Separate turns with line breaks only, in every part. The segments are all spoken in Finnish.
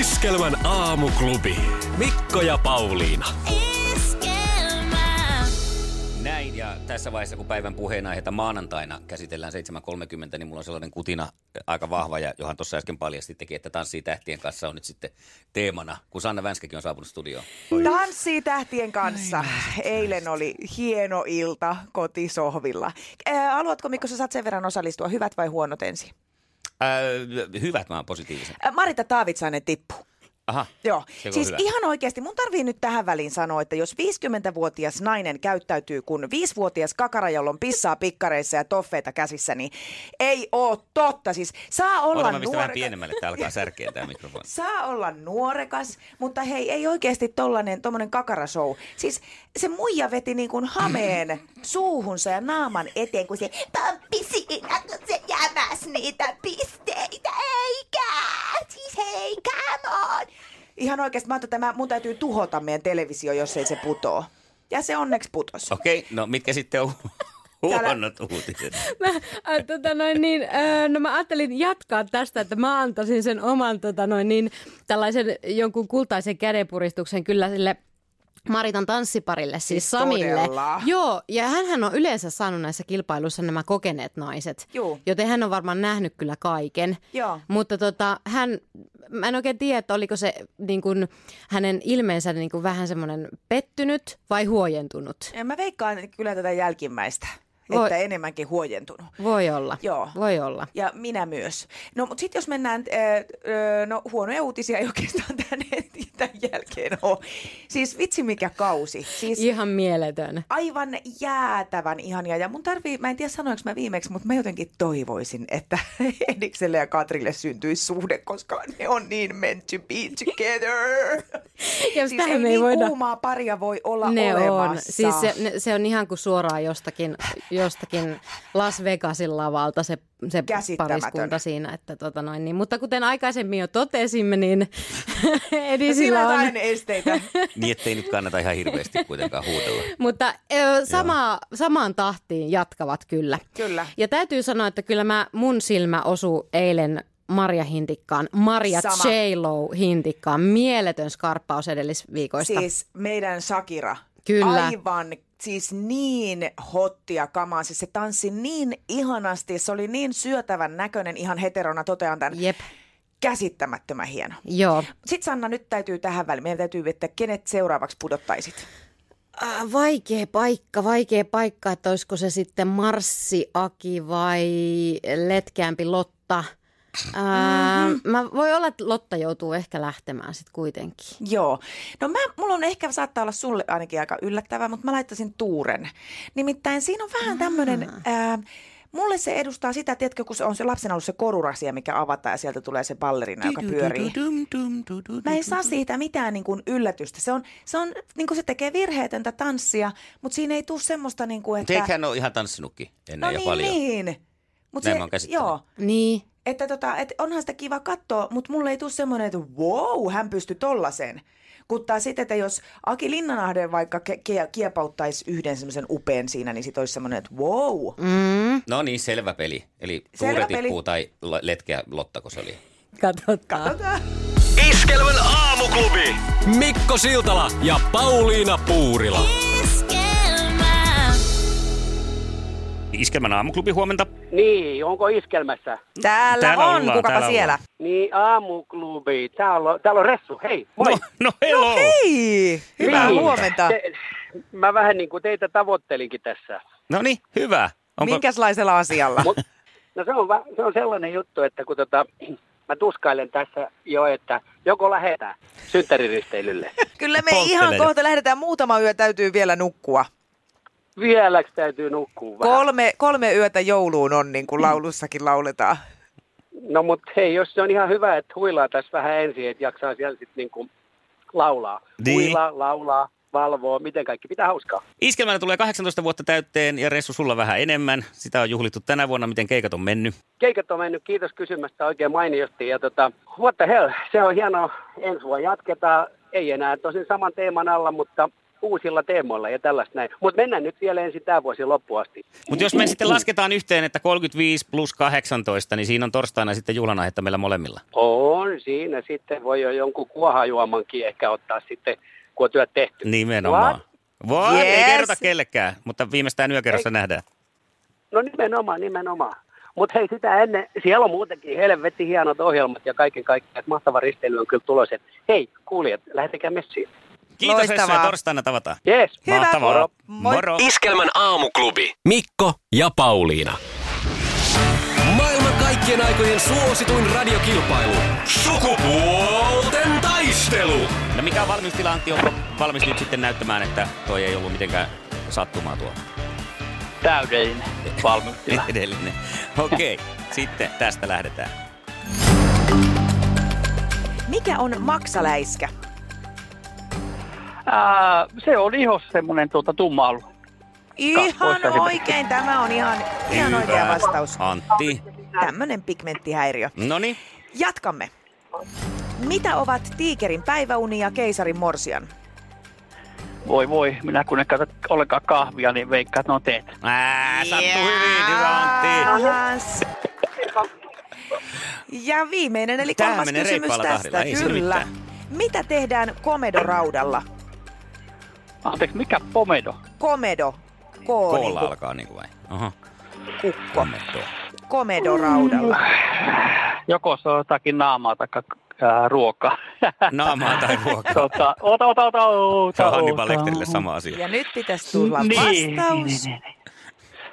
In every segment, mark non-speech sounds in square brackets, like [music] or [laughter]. Iskelmän aamuklubi. Mikko ja Pauliina.
Näin, ja tässä vaiheessa, kun päivän puheenaiheita maanantaina käsitellään 7.30, niin mulla on sellainen kutina äh, aika vahva, ja johan tuossa äsken paljastittekin, että tanssii tähtien kanssa on nyt sitten teemana, kun Sanna Vänskäkin on saapunut studioon.
Tanssii tähtien kanssa. Eilen oli hieno ilta kotisohvilla. Ää, haluatko Mikko, sä saat sen verran osallistua, hyvät vai huonot ensin?
Ää, hyvät mä oon positiivisen.
Ää, Marita Taavitsainen tippu.
Aha,
Joo,
se on
siis
hyvä.
ihan oikeasti mun tarvii nyt tähän väliin sanoa, että jos 50-vuotias nainen käyttäytyy kuin 5-vuotias kakara, jolla on pissaa pikkareissa ja toffeita käsissä, niin ei oo totta. Siis saa olla
Ota mä pistän vähän
nuoreka-
pienemmälle, että alkaa särkeä tämä
[laughs]
mikrofoni.
Saa olla nuorekas, mutta hei, ei oikeasti tollanen, tommonen kakarashow. Siis se muija veti niin kuin hameen suuhunsa ja naaman eteen, kun se
Pamppi siinä, kun se jämäs niitä pisteitä, eikä? Siis hei, come on!
ihan oikeasti, mä ajattelin, että mä- mun täytyy tuhota meidän televisio, jos ei se putoo. Ja se onneksi putos.
Okei, okay, no mitkä sitten on
[laughs] Täällä-
huonot uutiset?
mä, äh, tota noin, niin, äh, no mä ajattelin jatkaa tästä, että mä antaisin sen oman tota noin, niin, tällaisen jonkun kultaisen kädenpuristuksen kyllä sille Maritan tanssiparille, siis,
Siis
Samille.
todella.
Joo, ja hän on yleensä saanut näissä kilpailuissa nämä kokeneet naiset,
Juu.
joten hän on varmaan nähnyt kyllä kaiken.
Joo.
Mutta tota, hän, mä en oikein tiedä, että oliko se niin kuin, hänen ilmeensä niin kuin vähän semmoinen pettynyt vai huojentunut.
Ja mä veikkaan kyllä tätä jälkimmäistä,
Voi.
että enemmänkin huojentunut.
Voi olla,
Joo.
voi olla.
Ja minä myös. No, mutta sitten jos mennään, äh, öö, no huonoja uutisia ei oikeastaan [laughs] tämän, tämän jälkeen ole. Siis vitsi mikä kausi. Siis
Ihan mieletön.
aivan jäätävän ihania. Ja mun tarvii, mä en tiedä sanoinko mä viimeksi, mutta mä jotenkin toivoisin, että [laughs] Edikselle ja Katrille syntyisi suhde, koska ne on niin meant to be together.
Ja
siis
[laughs] tähän
ei
me ei
niin
voida-
kuumaa paria voi olla
Ne
olemassa.
on. Siis se, ne, se on ihan kuin suoraan jostakin, jostakin Las Vegasin lavalta se, se
Käsittämätön.
pariskunta siinä. Että tota noin, niin. Mutta kuten aikaisemmin jo totesimme, niin [laughs]
No Sillä
Edisillä
on
on.
aina
[laughs]
esteitä.
Niin, ettei nyt kannata ihan hirveästi kuitenkaan huudella.
Mutta ö, sama, samaan tahtiin jatkavat kyllä.
Kyllä.
Ja täytyy sanoa, että kyllä mä, mun silmä osuu eilen Marja Hintikkaan, Marja
Sama.
J. Lo Hintikkaan. Mieletön skarppaus edellisviikoista.
Siis meidän Shakira.
Kyllä.
Aivan siis niin hottia kamaa. Siis se tanssi niin ihanasti. Se oli niin syötävän näköinen ihan heterona totean tämän.
Jep,
Käsittämättömän hieno.
joo.
Sitten Sanna, nyt täytyy tähän väliin. Meidän täytyy, että kenet seuraavaksi pudottaisit?
Äh, Vaikea paikka, vaikea paikka, että olisiko se sitten Marssi, Aki vai letkeämpi Lotta. Ää, mä voi olla, että Lotta joutuu ehkä lähtemään sitten kuitenkin.
Joo. No mä, mulla on ehkä, saattaa olla sulle ainakin aika yllättävää, mutta mä laittaisin Tuuren. Nimittäin siinä on vähän tämmöinen... Ää, Mulle se edustaa sitä, tiedätkö, kun se on se lapsen ollut se korurasia, mikä avataan ja sieltä tulee se ballerina, joka pyörii. Mä en saa siitä mitään niin kuin yllätystä. Se, on, se, on, niin kuin se tekee virheetöntä tanssia, mutta siinä ei tule semmoista, niin kuin,
Mutta
että...
eikö hän ole ihan tanssinutkin ennen
no
ja
niin,
paljon?
niin. Mut
Näin mä oon käsittänyt.
joo,
Niin,
Että tota, et onhan sitä kiva katsoa, mutta mulle ei tule semmoinen, että wow, hän pystyi tollaseen. Kun taas sitten, että jos Aki Linnanahde vaikka ke- ke- kiepauttaisi yhden semmoisen upeen siinä, niin sit olisi semmoinen, että wow.
mm,
No niin, selvä peli. Eli
Selvä
Tuure
peli.
tippuu tai la- letkeä Lottako se oli?
katsotaan.
Katsotaan.
Iskelmän aamuklubi. Mikko Siltala ja Pauliina Puurila.
Iskelmä.
Iskelmän aamuklubi huomenta. [laughs]
Niin, onko iskelmässä?
Täällä,
Täällä
on,
ollaan,
kukapa
täällä
siellä.
Niin, aamuklubi. Täällä on, täällä on Ressu, hei, moi.
No, no hello. No,
Hei, hyvää
Niin.
huomenta.
Te, mä vähän niin kuin teitä tavoittelinkin tässä.
niin, hyvä. Onko...
Minkäslaisella asialla?
Mut, no se on, va- se on sellainen juttu, että kun tota, [clears throat] mä tuskailen tässä jo, että joko lähetään synttäriristeilylle.
Kyllä me
Polttelee
ihan
jo.
kohta lähdetään, muutama yö täytyy vielä nukkua.
Vieläks täytyy nukkua vähän.
Mm. Kolme, kolme yötä jouluun on, niin kuin laulussakin lauletaan.
No mutta hei, jos se on ihan hyvä, että huilaa tässä vähän ensin, että jaksaa siellä sitten niinku laulaa.
Niin.
Huilaa, laulaa, valvoo, miten kaikki pitää hauskaa.
Iskelmänä tulee 18 vuotta täytteen ja Ressu sulla vähän enemmän. Sitä on juhlittu tänä vuonna, miten keikat on mennyt.
Keikat on mennyt, kiitos kysymästä oikein mainiosti. Ja tota, what the hell, se on hienoa. Ensi vuonna jatketaan, ei enää tosin saman teeman alla, mutta uusilla teemoilla ja tällaista näin. Mutta mennään nyt vielä ensin tämä vuosi loppuun asti.
Mutta
Uhuh.
jos me sitten lasketaan yhteen, että 35 plus 18, niin siinä on torstaina sitten juhlanaihetta meillä molemmilla.
On siinä sitten, voi jo jonkun kuohajuomankin ehkä ottaa sitten, kun on työt tehty.
Nimenomaan. Voi, yes. ei
Yes.
kerrota kellekään, mutta viimeistään yökerrossa nähdään.
No nimenomaan, nimenomaan. Mutta hei, sitä ennen, siellä on muutenkin helvetti hienot ohjelmat ja kaiken kaikkiaan. että Mahtava risteily on kyllä tulos. Et Hei, kuulijat, lähtekää messiin.
Kiitos Ressu ja
Loistavaa.
torstaina tavataan.
Yes.
Hyvä.
Mahtavaa.
Moro.
Moro.
Iskelmän aamuklubi. Mikko ja Pauliina. Maailman kaikkien aikojen suosituin radiokilpailu. Sukupuolten taistelu.
No mikä on valmistila Antti, onko valmis nyt sitten näyttämään, että toi ei ollut mitenkään sattumaa tuo
Täydellinen
Niin.
valmistila.
[laughs] edellinen? Okei, sitten tästä lähdetään.
Mikä on maksaläiskä?
Ää, se on ihossa semmoinen tuota, tumma alue.
Ihan
voittaisin.
oikein. Tämä on ihan, ihan oikea
Hyvä,
vastaus.
Antti.
Tämmöinen pigmenttihäiriö.
No niin,
Jatkamme. Mitä ovat tiikerin päiväuni ja keisarin morsian?
Voi voi, minä kun en käytä ollenkaan kahvia, niin veikkaan, että ne on teet.
Ää, sattuu hyvin, hyvä Antti.
Jahas. Ja viimeinen, eli
Tää
kolmas
menee
kysymys
reippaalla
tästä.
tahdilla, ei se
Kyllä.
mitään.
Mitä tehdään komedoraudalla?
Anteeksi, mikä pomedo?
Komedo. K,
Koolla
niin
alkaa niinku vai? Oho,
kuin kukko.
kommentoi.
Komedoraudalla.
Mm. Joko se on jotakin naamaa tai ää,
[laughs]
ruokaa.
Naamaa tai ruokaa.
tota, ota, ota, ota,
Se
ota,
on Hannibal
ota.
Lecterille sama asia.
Ja nyt pitäisi tulla
Niin,
vastaus.
niin, niin, niin.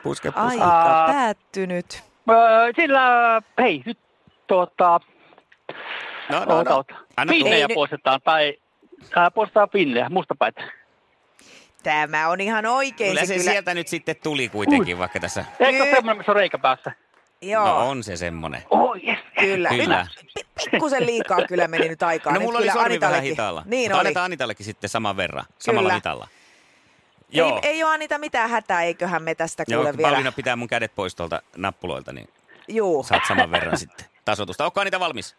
Puske, puske.
Aika
Aa.
päättynyt.
Öö, Sillä, hei, nyt tuota,
No, no,
ota,
no.
ota.
Anna tulla.
Pinnejä
nyt-
poistetaan, tai ää, poistetaan pinnejä, mustapäitä.
Tämä on ihan oikein.
Kyllä se
kyllä.
sieltä nyt sitten tuli kuitenkin, vaikka tässä...
Eikö
Nyt.
ole semmoinen, missä on reikä päässä?
Joo,
No on se semmonen.
Oh, yes.
kyllä.
Kyllä.
Nyt pi- Pikkusen liikaa kyllä meni nyt aikaa.
No
Nyt
mulla oli
kyllä
sormi vähän
Anitallekin-
hitaalla.
Niin
Mutta
oli.
annetaan Anitallekin sitten saman verran, samalla
Kyllä.
hitalla.
Ei, ei ole Anita mitään hätää, eiköhän me tästä
Joo,
kuule vielä.
Pauliina pitää mun kädet pois tuolta nappuloilta, niin
Juu.
saat saman verran sitten tasotusta. Onko niitä valmis?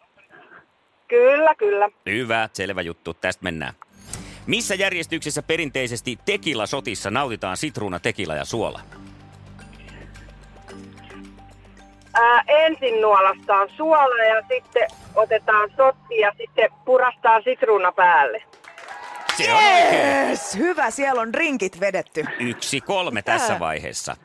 Kyllä, kyllä.
Hyvä, selvä juttu. Tästä mennään. Missä järjestyksessä perinteisesti tekila-sotissa nautitaan sitruuna, tekila ja suola?
Ää, Äh, ensin nuolastaan suola ja sitten otetaan sotti ja sitten purastaan sitruuna päälle.
Se on oikein.
Yes, hyvä, siellä on rinkit vedetty.
Yksi kolme
Tää.
tässä vaiheessa.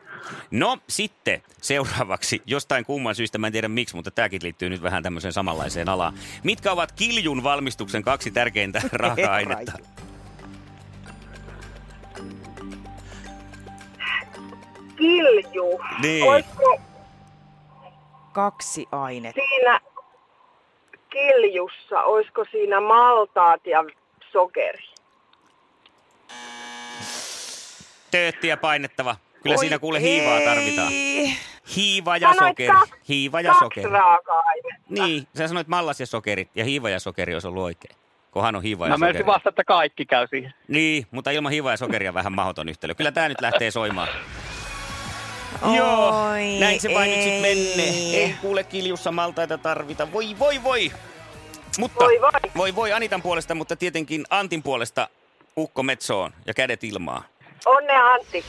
No sitten seuraavaksi, jostain kumman syystä, mä en tiedä miksi, mutta tämäkin liittyy nyt vähän tämmöiseen samanlaiseen alaan. Mitkä ovat kiljun valmistuksen kaksi tärkeintä raaka-ainetta?
Kilju.
Niin.
Olisiko
Kaksi ainetta.
siinä kiljussa, olisiko siinä maltaat ja sokeri?
Tööttiä painettava. Kyllä
Oi
siinä kuule hiivaa
ei.
tarvitaan. Hiiva ja
Sanoit
sokeri.
kaksi-
Hiiva ja
Kaksi
sokeri.
raaka-ainetta.
Niin, sä sanoit mallas ja sokerit ja hiiva ja sokeri olisi ollut oikein. Kohan on hiiva ja
Mä
sokeri.
menisin vasta, että kaikki käy siihen.
Niin, mutta ilman hiivaa ja sokeria vähän mahdoton yhtälö. Kyllä tää nyt lähtee soimaan. Joo,
Oi
näin se vain nyt
ei.
sit menee. Ei kuule kiljussa maltaita tarvita. Voi voi voi! Mutta,
Voi voi.
voi voi Anitan puolesta, mutta tietenkin Antin puolesta ukko metsoon ja kädet ilmaa.
Onnea Antti.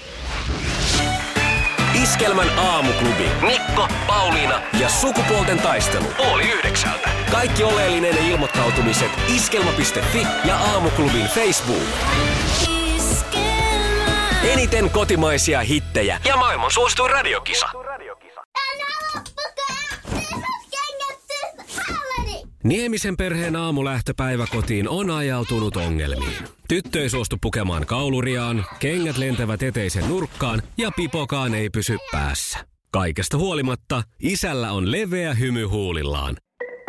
Iskelmän aamuklubi. Mikko, Pauliina ja sukupuolten taistelu. Oli yhdeksältä. Kaikki oleellinen ilmoittautumiset iskelma.fi ja aamuklubin Facebook. Eniten kotimaisia hittejä ja maailman suosituin radiokisa. Niemisen perheen aamulähtöpäivä kotiin on ajautunut ongelmiin. Tyttö ei suostu pukemaan kauluriaan, kengät lentävät eteisen nurkkaan ja pipokaan ei pysy päässä. Kaikesta huolimatta, isällä on leveä hymy huulillaan.